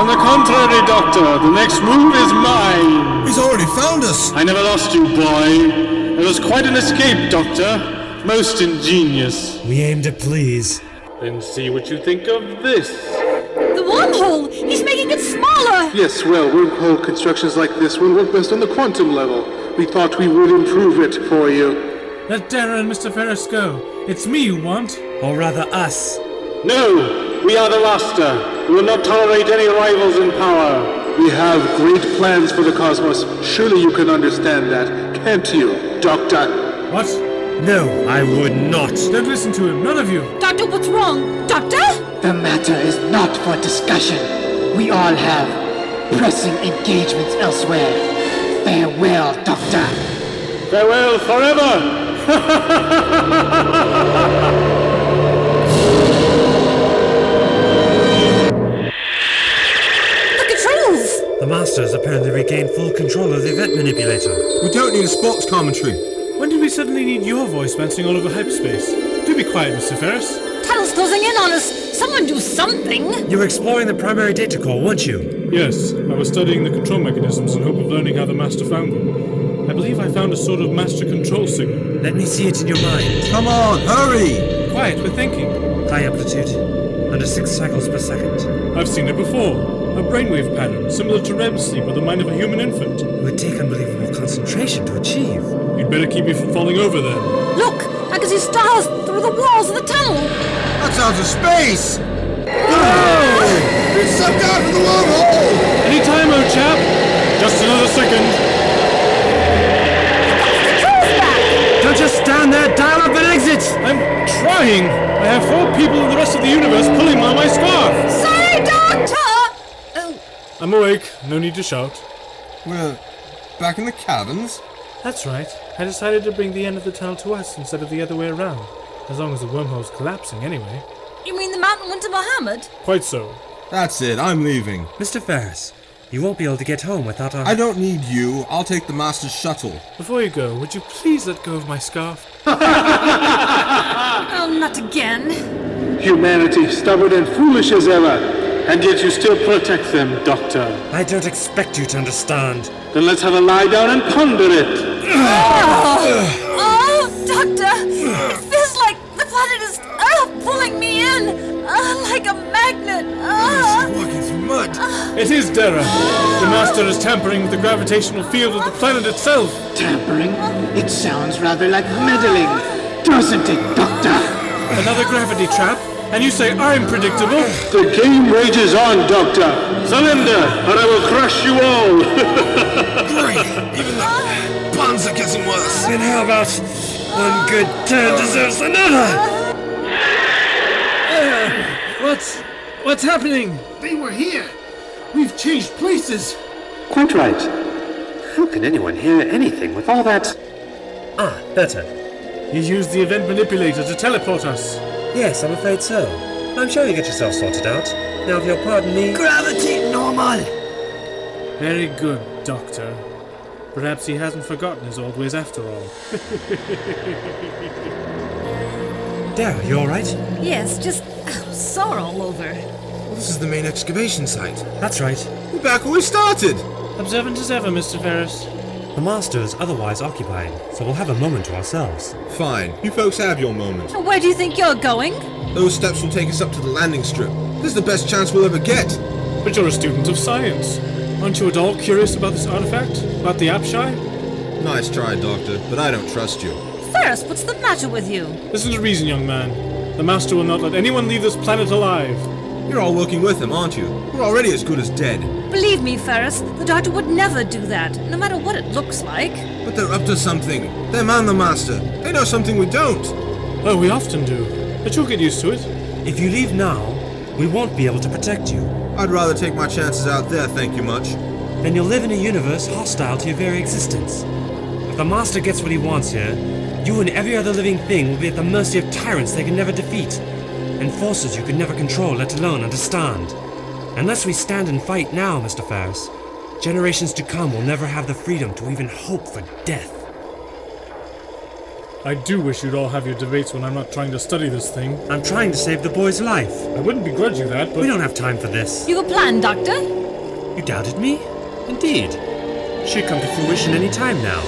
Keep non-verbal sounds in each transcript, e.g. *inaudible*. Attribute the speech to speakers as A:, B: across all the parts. A: On the contrary, Doctor, the next move is mine.
B: He's already found us!
A: I never lost you, boy. It was quite an escape, Doctor. Most ingenious.
C: We aim to please.
A: Then see what you think of this.
D: The wormhole! He's making it smaller!
E: Yes, well, wormhole constructions like this will work best on the quantum level. We thought we would improve it for you.
F: Let Dara and Mr. Ferris go. It's me you want.
C: Or rather, us.
A: No, we are the master. We will not tolerate any rivals in power.
E: We have great plans for the cosmos. Surely you can understand that, can't you, Doctor?
F: What?
C: No, I would not.
F: Don't listen to him, none of you.
D: Doctor, what's wrong? Doctor?
G: The matter is not for discussion. We all have pressing engagements elsewhere. Farewell, Doctor.
A: Farewell forever.
D: The controls!
C: The Master's apparently regained full control of the event manipulator.
B: We don't need a sports commentary.
F: When did we suddenly need your voice bouncing all over hyperspace? Do be quiet, Mr. Ferris.
D: Tunnel's closing in on us! Someone do something!
C: You were exploring the primary data core, weren't you?
F: Yes, I was studying the control mechanisms in hope of learning how the Master found them. I believe I found a sort of master control signal.
C: Let me see it in your mind.
B: Come on, hurry!
F: Quiet, we're thinking.
C: High amplitude, under six cycles per second.
F: I've seen it before. A brainwave pattern, similar to REM sleep or the mind of a human infant.
C: It would take unbelievable concentration to achieve.
F: You'd better keep me from falling over then.
D: Look! I can see stars through the walls of the tunnel!
B: That's out of space! It's sucked out of the wormhole!
A: Any time, old chap. Just another second.
C: Don't just stand there, dial up an exit!
A: I'm trying. I have four people in the rest of the universe pulling on my scarf.
D: Sorry, Doctor! Oh,
F: I'm awake, no need to shout.
B: We're back in the caverns?
F: That's right. I decided to bring the end of the tunnel to us instead of the other way around. As long as the wormhole's collapsing, anyway.
D: you mean the mountain went to Muhammad?
F: Quite so.
B: That's it, I'm leaving.
C: Mr. Ferris, you won't be able to get home without our.
B: I don't need you, I'll take the Master's shuttle.
F: Before you go, would you please let go of my scarf?
D: Oh, not again.
E: Humanity, stubborn and foolish as ever. And yet you still protect them, Doctor.
C: I don't expect you to understand.
E: Then let's have a lie down and ponder it.
D: Oh, Doctor! It feels like the planet is uh, pulling me in! Uh, like a magnet! Uh.
B: Walking through *laughs* mud!
F: It is Dara! The Master is tampering with the gravitational field of the planet itself!
G: Tampering? It sounds rather like meddling, doesn't it, Doctor?
F: Another gravity trap? And you say I'm predictable?
E: The game rages on, Doctor. Surrender, or I will crush you all.
B: Even the buns are getting worse!
C: And how about one good turn deserves another?
F: What's. what's happening?
H: They were here. We've changed places.
I: Quite right. How can anyone hear anything with all that?
C: Ah, better.
F: You used the event manipulator to teleport us.
C: Yes, I'm afraid so. I'm sure you get yourself sorted out. Now, if you'll pardon me. Gravity normal!
F: Very good, Doctor. Perhaps he hasn't forgotten his old ways after
C: *laughs*
F: all.
C: Dara, you alright?
D: Yes, just oh, sore all over.
B: This is the main excavation site.
C: That's right.
B: We're back where we started!
F: Observant as ever, Mr. Ferris.
C: The Master is otherwise occupied, so we'll have a moment to ourselves.
B: Fine, you folks have your moment.
D: Where do you think you're going?
B: Those steps will take us up to the landing strip. This is the best chance we'll ever get.
F: But you're a student of science. Aren't you at all curious about this artifact? About the Apshai?
B: Nice try, Doctor, but I don't trust you.
D: Ferris, what's the matter with you?
F: Listen to reason, young man. The Master will not let anyone leave this planet alive.
B: You're all working with him, aren't you? We're already as good as dead.
D: Believe me, Ferris, the doctor would never do that, no matter what it looks like.
B: But they're up to something. They're man the master. They know something we don't.
F: Oh, we often do. But you'll get used to it.
C: If you leave now, we won't be able to protect you.
B: I'd rather take my chances out there, thank you much.
C: then you'll live in a universe hostile to your very existence. If the Master gets what he wants here, you and every other living thing will be at the mercy of tyrants they can never defeat, and forces you can never control, let alone understand. Unless we stand and fight now, Mr. Ferris, generations to come will never have the freedom to even hope for death.
F: I do wish you'd all have your debates when I'm not trying to study this thing.
C: I'm trying to save the boy's life.
F: I wouldn't begrudge you that, but
C: We don't have time for this.
D: You have a plan, Doctor?
C: You doubted me? Indeed. Should come to fruition any time now.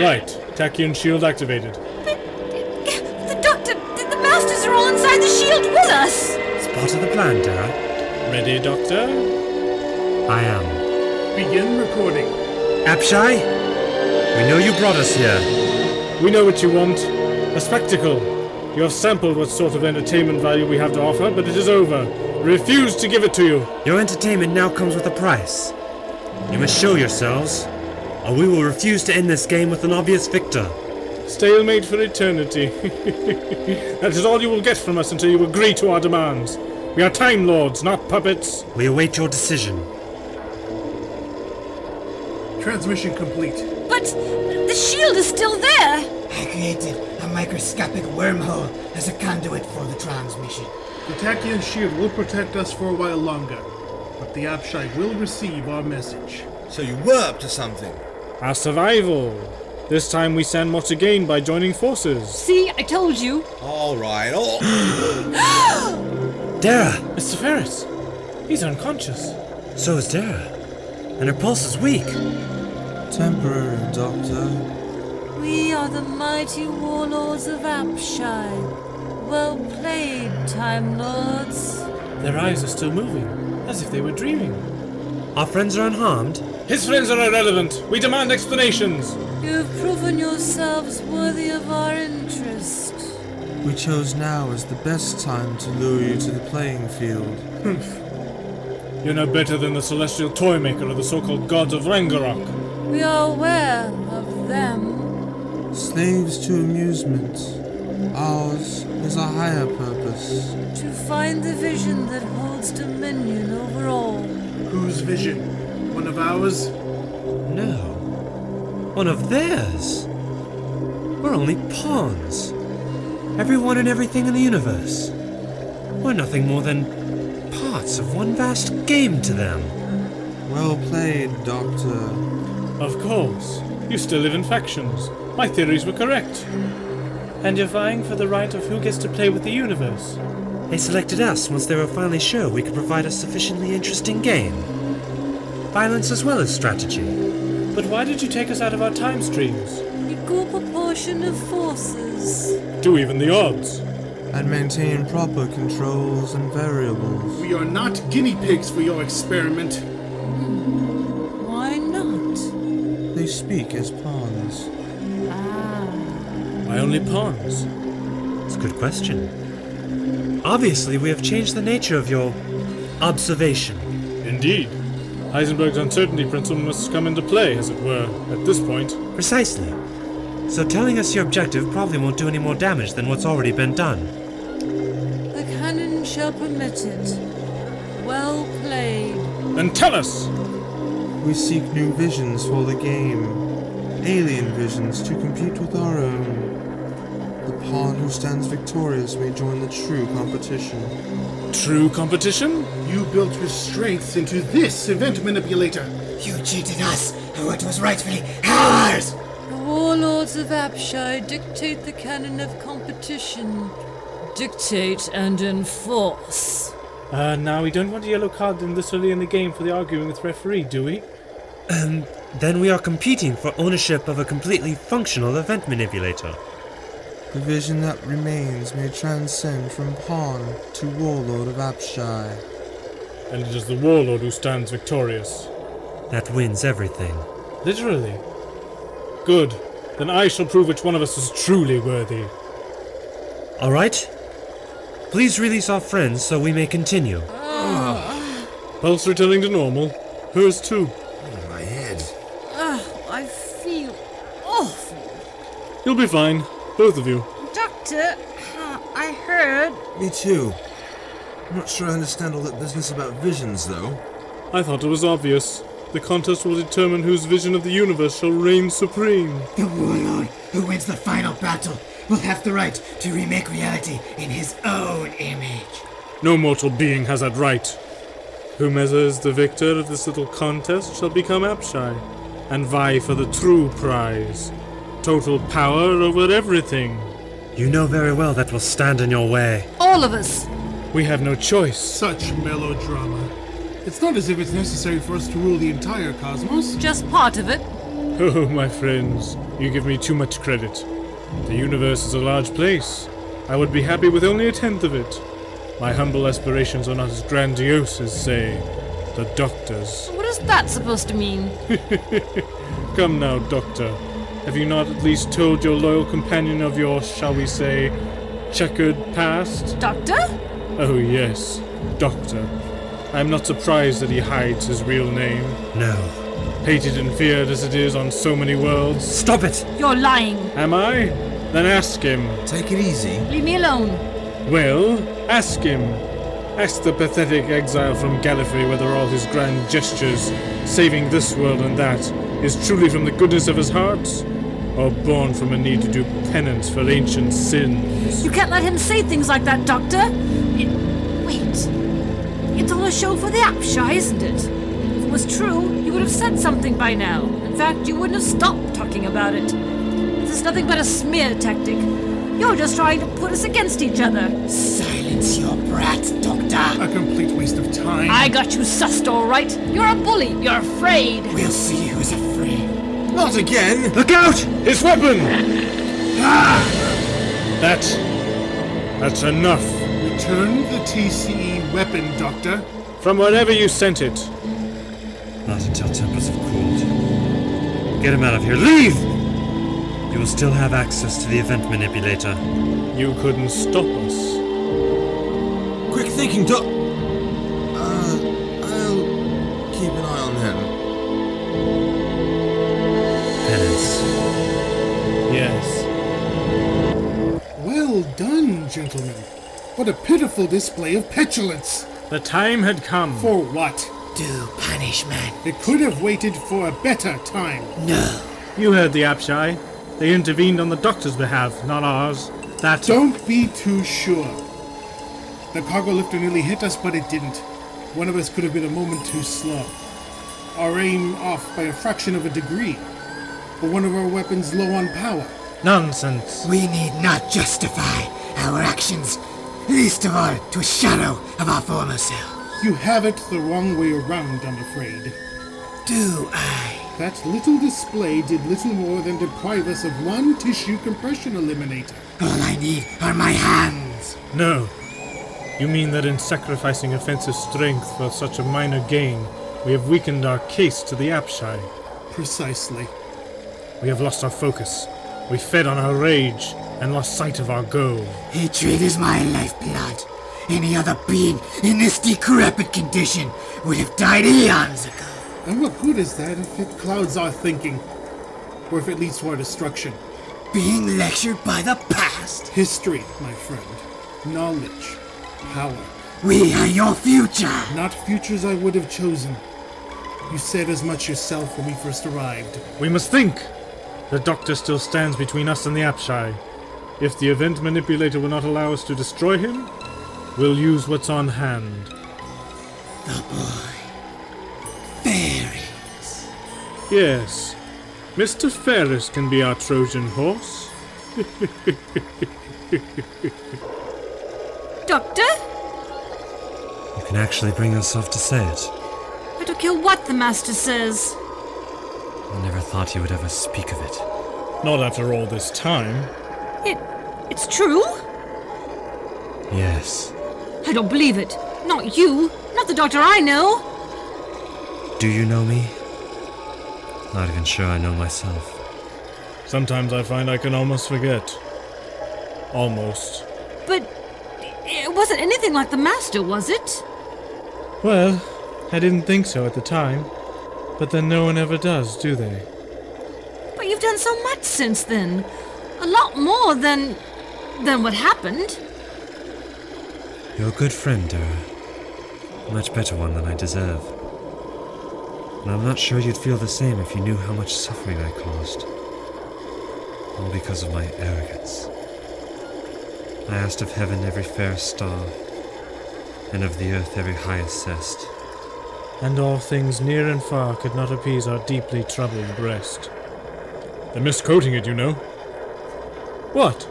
F: right. Tachyon shield activated.
D: The Doctor, the, the Masters are all inside the shield with us!
C: It's part of the plan, Dara.
F: Ready, Doctor?
C: I am.
F: Begin recording.
C: Abshai? We know you brought us here.
F: We know what you want. A spectacle. You have sampled what sort of entertainment value we have to offer, but it is over. Refuse to give it to you.
C: Your entertainment now comes with a price. You must show yourselves, or we will refuse to end this game with an obvious victor.
F: Stalemate for eternity. *laughs* that is all you will get from us until you agree to our demands. We are Time Lords, not puppets.
C: We await your decision.
A: Transmission complete.
D: But the shield is still there!
G: I created a microscopic wormhole as a conduit for the transmission.
A: The Tachyon shield will protect us for a while longer, but the Abshai will receive our message.
J: So you were up to something.
F: Our survival. This time we stand more to gain by joining forces.
D: See, I told you. *gasps*
J: All right. all-
B: oh.
C: Dara!
F: Mr. Ferris, he's unconscious.
C: So is Dara. And her pulse is weak.
B: *gasps* Temporary, Doctor.
D: We are the mighty warlords of Apshai. Well played, Time Lords.
F: Their eyes are still moving, as if they were dreaming.
C: Our friends are unharmed.
F: His friends are irrelevant. We demand explanations.
D: You've proven yourselves worthy of our interest.
B: We chose now as the best time to lure you to the playing field.
F: You're no better than the celestial toy maker or the so-called gods of Rangarok.
D: We are aware of them.
B: Slaves to amusement. Ours is a higher purpose.
D: To find the vision that holds dominion over all.
A: Whose vision? One of ours?
C: No. One of theirs. We're only pawns. Everyone and everything in the universe. We're nothing more than parts of one vast game to them.
B: Well played, Doctor.
F: Of course. You still live in factions. My theories were correct. And you're vying for the right of who gets to play with the universe.
C: They selected us once they were finally sure we could provide a sufficiently interesting game. Violence as well as strategy.
F: But why did you take us out of our time streams?
D: Equal proportion of forces.
F: Do even the odds.
B: And maintain proper controls and variables.
A: We are not guinea pigs for your experiment.
D: Why not?
B: They speak as pawns.
D: Ah.
F: Why only pawns?
C: It's a good question. Obviously, we have changed the nature of your observation.
F: Indeed. Heisenberg's uncertainty principle must come into play, as it were, at this point.
C: Precisely. So telling us your objective probably won't do any more damage than what's already been done.
D: The canon shall permit it. Well played.
F: Then tell us!
B: We seek new visions for the game. Alien visions to compete with our own. The pawn who stands victorious may join the true competition.
F: True competition?
A: You built your strengths into this event manipulator.
G: You cheated us, and what was rightfully ours!
D: The warlords of Apshai dictate the canon of competition. Dictate and enforce.
F: Uh, now we don't want a yellow card in this early in the game for the arguing with referee, do we?
C: Then we are competing for ownership of a completely functional event manipulator.
B: The vision that remains may transcend from pawn to warlord of Apshai.
F: And it is the warlord who stands victorious.
C: That wins everything.
F: Literally. Good. Then I shall prove which one of us is truly worthy.
C: Alright? Please release our friends so we may continue.
F: Pulse returning to normal. Hers too.
J: My head.
D: Oh, I feel awful.
F: You'll be fine. Both of you.
D: Doctor, I heard.
B: Me too. I'm not sure I understand all that business about visions, though.
F: I thought it was obvious. The contest will determine whose vision of the universe shall reign supreme.
G: The warlord who wins the final battle will have the right to remake reality in his own image.
F: No mortal being has that right. Whomever is the victor of this little contest shall become Abshai and vie for the true prize total power over everything.
C: You know very well that will stand in your way.
D: All of us.
F: We have no choice.
H: Such melodrama. It's not as if it's necessary for us to rule the entire cosmos.
D: Just part of it.
F: *laughs* Oh, my friends, you give me too much credit. The universe is a large place. I would be happy with only a tenth of it. My humble aspirations are not as grandiose as, say, the Doctor's.
D: What is that supposed to mean?
F: Come now, Doctor. Have you not at least told your loyal companion of your, shall we say, checkered past?
D: Doctor?
F: Oh, yes, Doctor. I am not surprised that he hides his real name.
C: No.
F: Hated and feared as it is on so many worlds.
C: Stop it!
D: You're lying.
F: Am I? Then ask him.
B: Take it easy.
D: Leave me alone.
F: Well, ask him. Ask the pathetic exile from Gallifrey whether all his grand gestures, saving this world and that, is truly from the goodness of his heart, or born from a need to do penance for ancient sins.
D: You can't let him say things like that, Doctor. It, wait. It's all a show for the Apsha, isn't it? If it was true, you would have said something by now. In fact, you wouldn't have stopped talking about it. This is nothing but a smear tactic. You're just trying to put us against each other.
G: Silence your brat, Doctor.
H: A complete waste of time.
D: I got you sussed, all right. You're a bully. You're afraid.
G: We'll see who's afraid.
B: Not again!
C: Look out!
F: His weapon! Ah! that. That's enough.
H: Return the TCE weapon, Doctor.
F: From wherever you sent it.
C: Not until tempers have cooled. Get him out of here. Leave! You will still have access to the event manipulator.
F: You couldn't stop us.
B: Quick thinking, Doc. Uh, I'll keep an eye on him.
C: Penance.
F: Yes.
H: Well done, gentlemen. What a pitiful display of petulance.
F: The time had come.
H: For what?
G: Do punishment.
H: They could have waited for a better time.
G: No.
F: You heard the Abshai. They intervened on the doctor's behalf, not ours. That's
H: Don't be too sure. The cargo lifter nearly hit us, but it didn't. One of us could have been a moment too slow. Our aim off by a fraction of a degree. But one of our weapons low on power.
F: nonsense.
G: We need not justify our actions, least of all to a shadow of our former self.
H: You have it the wrong way around, I'm afraid.
G: Do I?
H: That little display did little more than deprive us of one tissue compression eliminator.
G: All I need are my hands.
F: No. You mean that in sacrificing offensive strength for such a minor gain, we have weakened our case to the Abshai.
H: Precisely.
F: We have lost our focus. We fed on our rage and lost sight of our goal.
G: Hatred is my lifeblood. Any other being in this decrepit condition would have died eons ago.
H: And what good is that if it clouds our thinking? Or if it leads to our destruction?
G: Being lectured by the past.
H: History, my friend. Knowledge. Power.
G: We are your future.
H: Not futures I would have chosen. You said as much yourself when we first arrived.
F: We must think! The doctor still stands between us and the Apshai. If the event manipulator will not allow us to destroy him, we'll use what's on hand.
G: The boy. Fairy.
F: Yes, Mr. Ferris can be our Trojan horse.
D: Doctor?
C: You can actually bring yourself to say it.
D: I don't care what the Master says.
C: I never thought you would ever speak of it.
F: Not after all this time.
D: It. It's true?
C: Yes.
D: I don't believe it. Not you. Not the doctor I know.
C: Do you know me? Not even sure I know myself.
F: Sometimes I find I can almost forget. Almost.
D: But it wasn't anything like the Master, was it?
F: Well, I didn't think so at the time. But then no one ever does, do they?
D: But you've done so much since then. A lot more than. than what happened.
C: You're a good friend, Dara. Much better one than I deserve. And I'm not sure you'd feel the same if you knew how much suffering I caused. All because of my arrogance. I asked of heaven every fairest star, and of the earth every highest cest.
F: And all things near and far could not appease our deeply troubled breast. They're misquoting it, you know. What?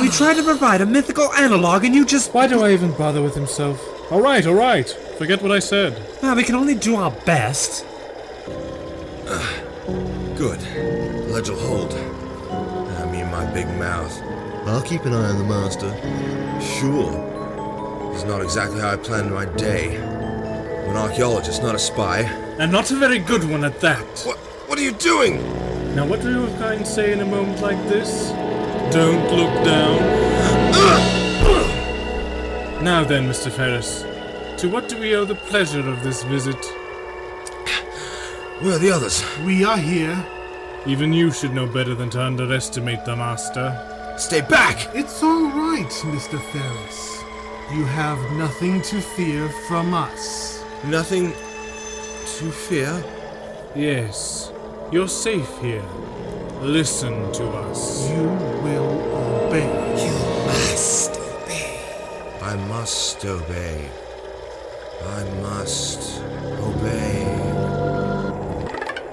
C: We tried to provide a mythical analogue and you just.
F: Why do I even bother with himself? Alright, alright. Forget what I said.
C: Well, we can only do our best.
K: Good. Ledge will hold. Ah, me and my big mouth. I'll keep an eye on the master. Sure. It's not exactly how I planned my day. I'm an archaeologist, not a spy.
F: And not a very good one at that. What,
K: what are you doing?
F: Now, what do your kind say in a moment like this? Don't look down. *clears throat* now then, Mr. Ferris, to what do we owe the pleasure of this visit?
K: Where are the others?
F: We are here. Even you should know better than to underestimate the Master.
K: Stay back!
H: It's all right, Mr. Ferris. You have nothing to fear from us.
K: Nothing to fear?
F: Yes, you're safe here. Listen to us.
H: You will obey. You
K: must obey. I must obey. I must obey.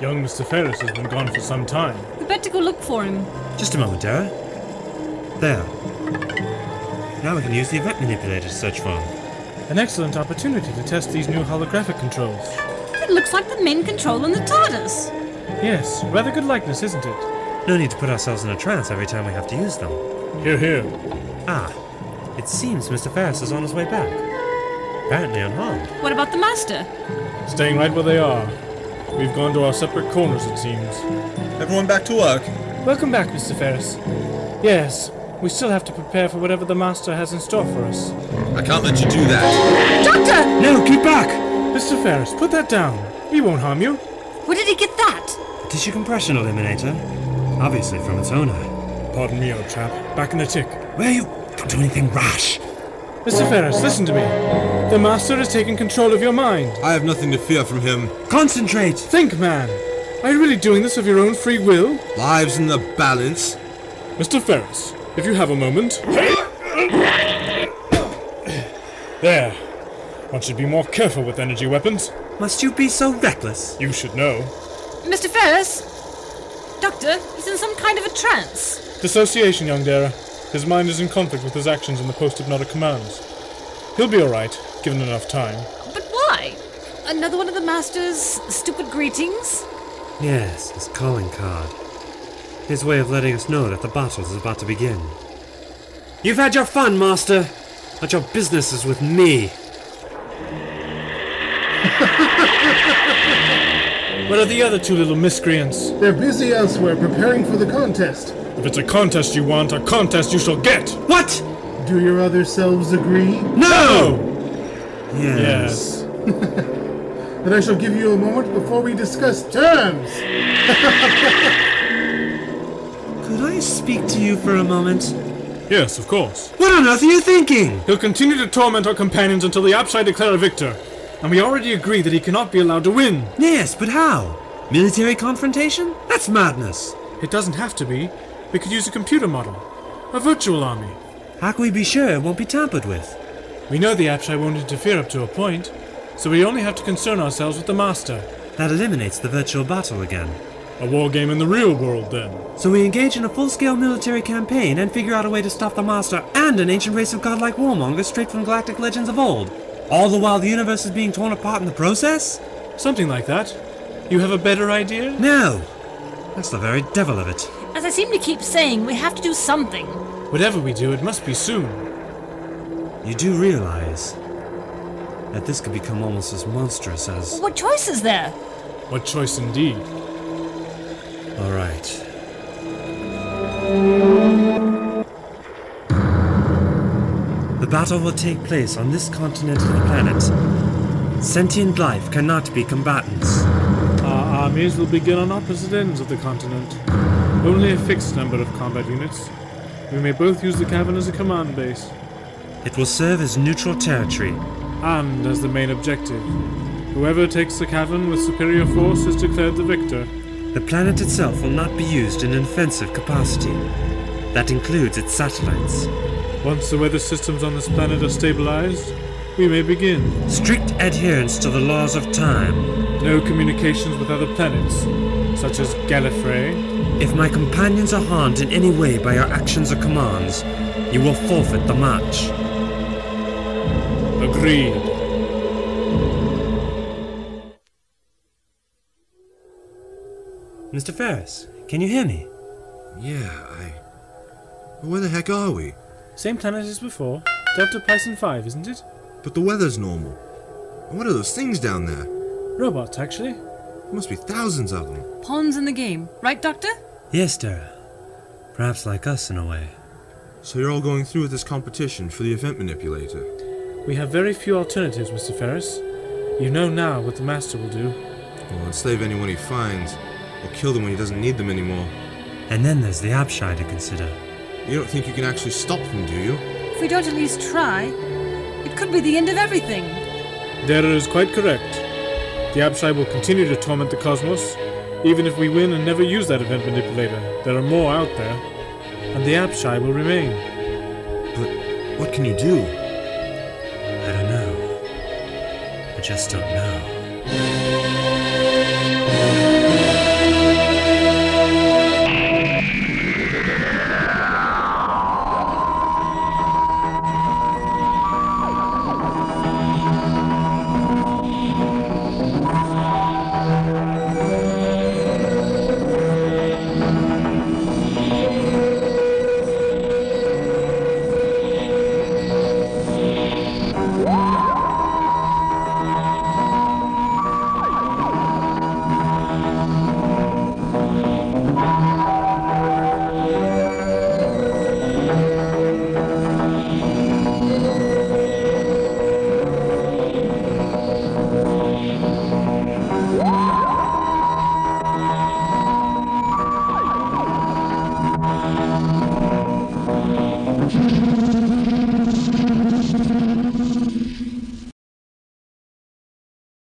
F: Young Mr. Ferris has been gone for some time.
D: We better go look for him.
C: Just a moment, Dara. There. Now we can use the event manipulator to search for him.
F: An excellent opportunity to test these new holographic controls.
D: It looks like the men controlling the TARDIS.
F: Yes, rather good likeness, isn't it?
C: No need to put ourselves in a trance every time we have to use them.
F: Hear, hear.
C: Ah, it seems Mr. Ferris is on his way back. Apparently unharmed.
D: What about the master?
F: Staying right where they are. We've gone to our separate corners, it seems.
L: Everyone back to work.
F: Welcome back, Mr. Ferris. Yes, we still have to prepare for whatever the Master has in store for us.
L: I can't let you do that.
D: Doctor!
F: No, keep back! Mr. Ferris, put that down. He won't harm you.
D: Where did he get that?
C: Tissue compression eliminator. Obviously from its owner.
F: Pardon me, old chap. Back in the tick.
C: Where you. Don't do anything rash.
F: Mr. Ferris, listen to me. The Master has taken control of your mind.
L: I have nothing to fear from him.
C: Concentrate!
F: Think, man. Are you really doing this of your own free will?
L: Lives in the balance.
F: Mr. Ferris, if you have a moment. *coughs* there. One should be more careful with energy weapons.
C: Must you be so reckless?
F: You should know.
D: Mr. Ferris? Doctor, he's in some kind of a trance.
F: Dissociation, young Dara. His mind is in conflict with his actions and the post-hypnotic commands. He'll be all right, given enough time.
D: But why? Another one of the Master's stupid greetings?
C: Yes, his calling card. His way of letting us know that the battle is about to begin. You've had your fun, Master, but your business is with me.
F: What are the other two little miscreants?
M: They're busy elsewhere preparing for the contest.
F: If it's a contest you want, a contest you shall get!
C: What?
M: Do your other selves agree?
F: No!
C: Yes.
M: Then I shall give you a moment before we discuss terms.
C: Could I speak to you for a moment?
F: Yes, of course.
C: What on earth are you thinking?
F: He'll continue to torment our companions until the Apshai declare a victor. And we already agree that he cannot be allowed to win.
C: Yes, but how? Military confrontation? That's madness.
F: It doesn't have to be. We could use a computer model. A virtual army.
C: How can we be sure it won't be tampered with?
F: We know the Apshai won't interfere up to a point, so we only have to concern ourselves with the Master.
C: That eliminates the virtual battle again.
F: A war game in the real world, then.
C: So we engage in a full scale military campaign and figure out a way to stop the Master and an ancient race of godlike warmongers straight from galactic legends of old. All the while the universe is being torn apart in the process?
F: Something like that. You have a better idea?
C: No! That's the very devil of it.
D: As I seem to keep saying, we have to do something.
F: Whatever we do, it must be soon.
C: You do realize that this could become almost as monstrous as.
D: What choice is there?
F: What choice indeed?
C: Alright. The battle will take place on this continent of the planet. Sentient life cannot be combatants.
F: Our armies will begin on opposite ends of the continent. Only a fixed number of combat units. We may both use the cavern as a command base,
C: It will serve as neutral territory.
F: and as the main objective. Whoever takes the cavern with superior force is declared the victor.
C: The planet itself will not be used in an offensive capacity. That includes its satellites.
F: Once the weather systems on this planet are stabilized, we may begin.
C: Strict adherence to the laws of time.
F: No communications with other planets, such as Gallifrey.
C: If my companions are harmed in any way by your actions or commands, you will forfeit the march.
F: Agreed.
C: Mr. Ferris, can you hear me?
K: Yeah, I. Where the heck are we?
F: Same planet as before. Delta Python 5, isn't it?
K: But the weather's normal. And what are those things down there?
F: Robots, actually.
K: There must be thousands of them.
D: Pawns in the game, right, Doctor?
C: Yes, Dara. Perhaps like us in a way.
L: So you're all going through with this competition for the event manipulator.
F: We have very few alternatives, Mr. Ferris. You know now what the Master will do.
L: Well, enslave anyone he finds, or kill them when he doesn't need them anymore.
C: And then there's the Abshai to consider.
L: You don't think you can actually stop them, do you?
D: If we don't at least try, it could be the end of everything.
F: Dara is quite correct. The Abshai will continue to torment the cosmos, even if we win and never use that event manipulator. There are more out there, and the Abshai will remain.
K: What can you do?
C: I don't know. I just don't know.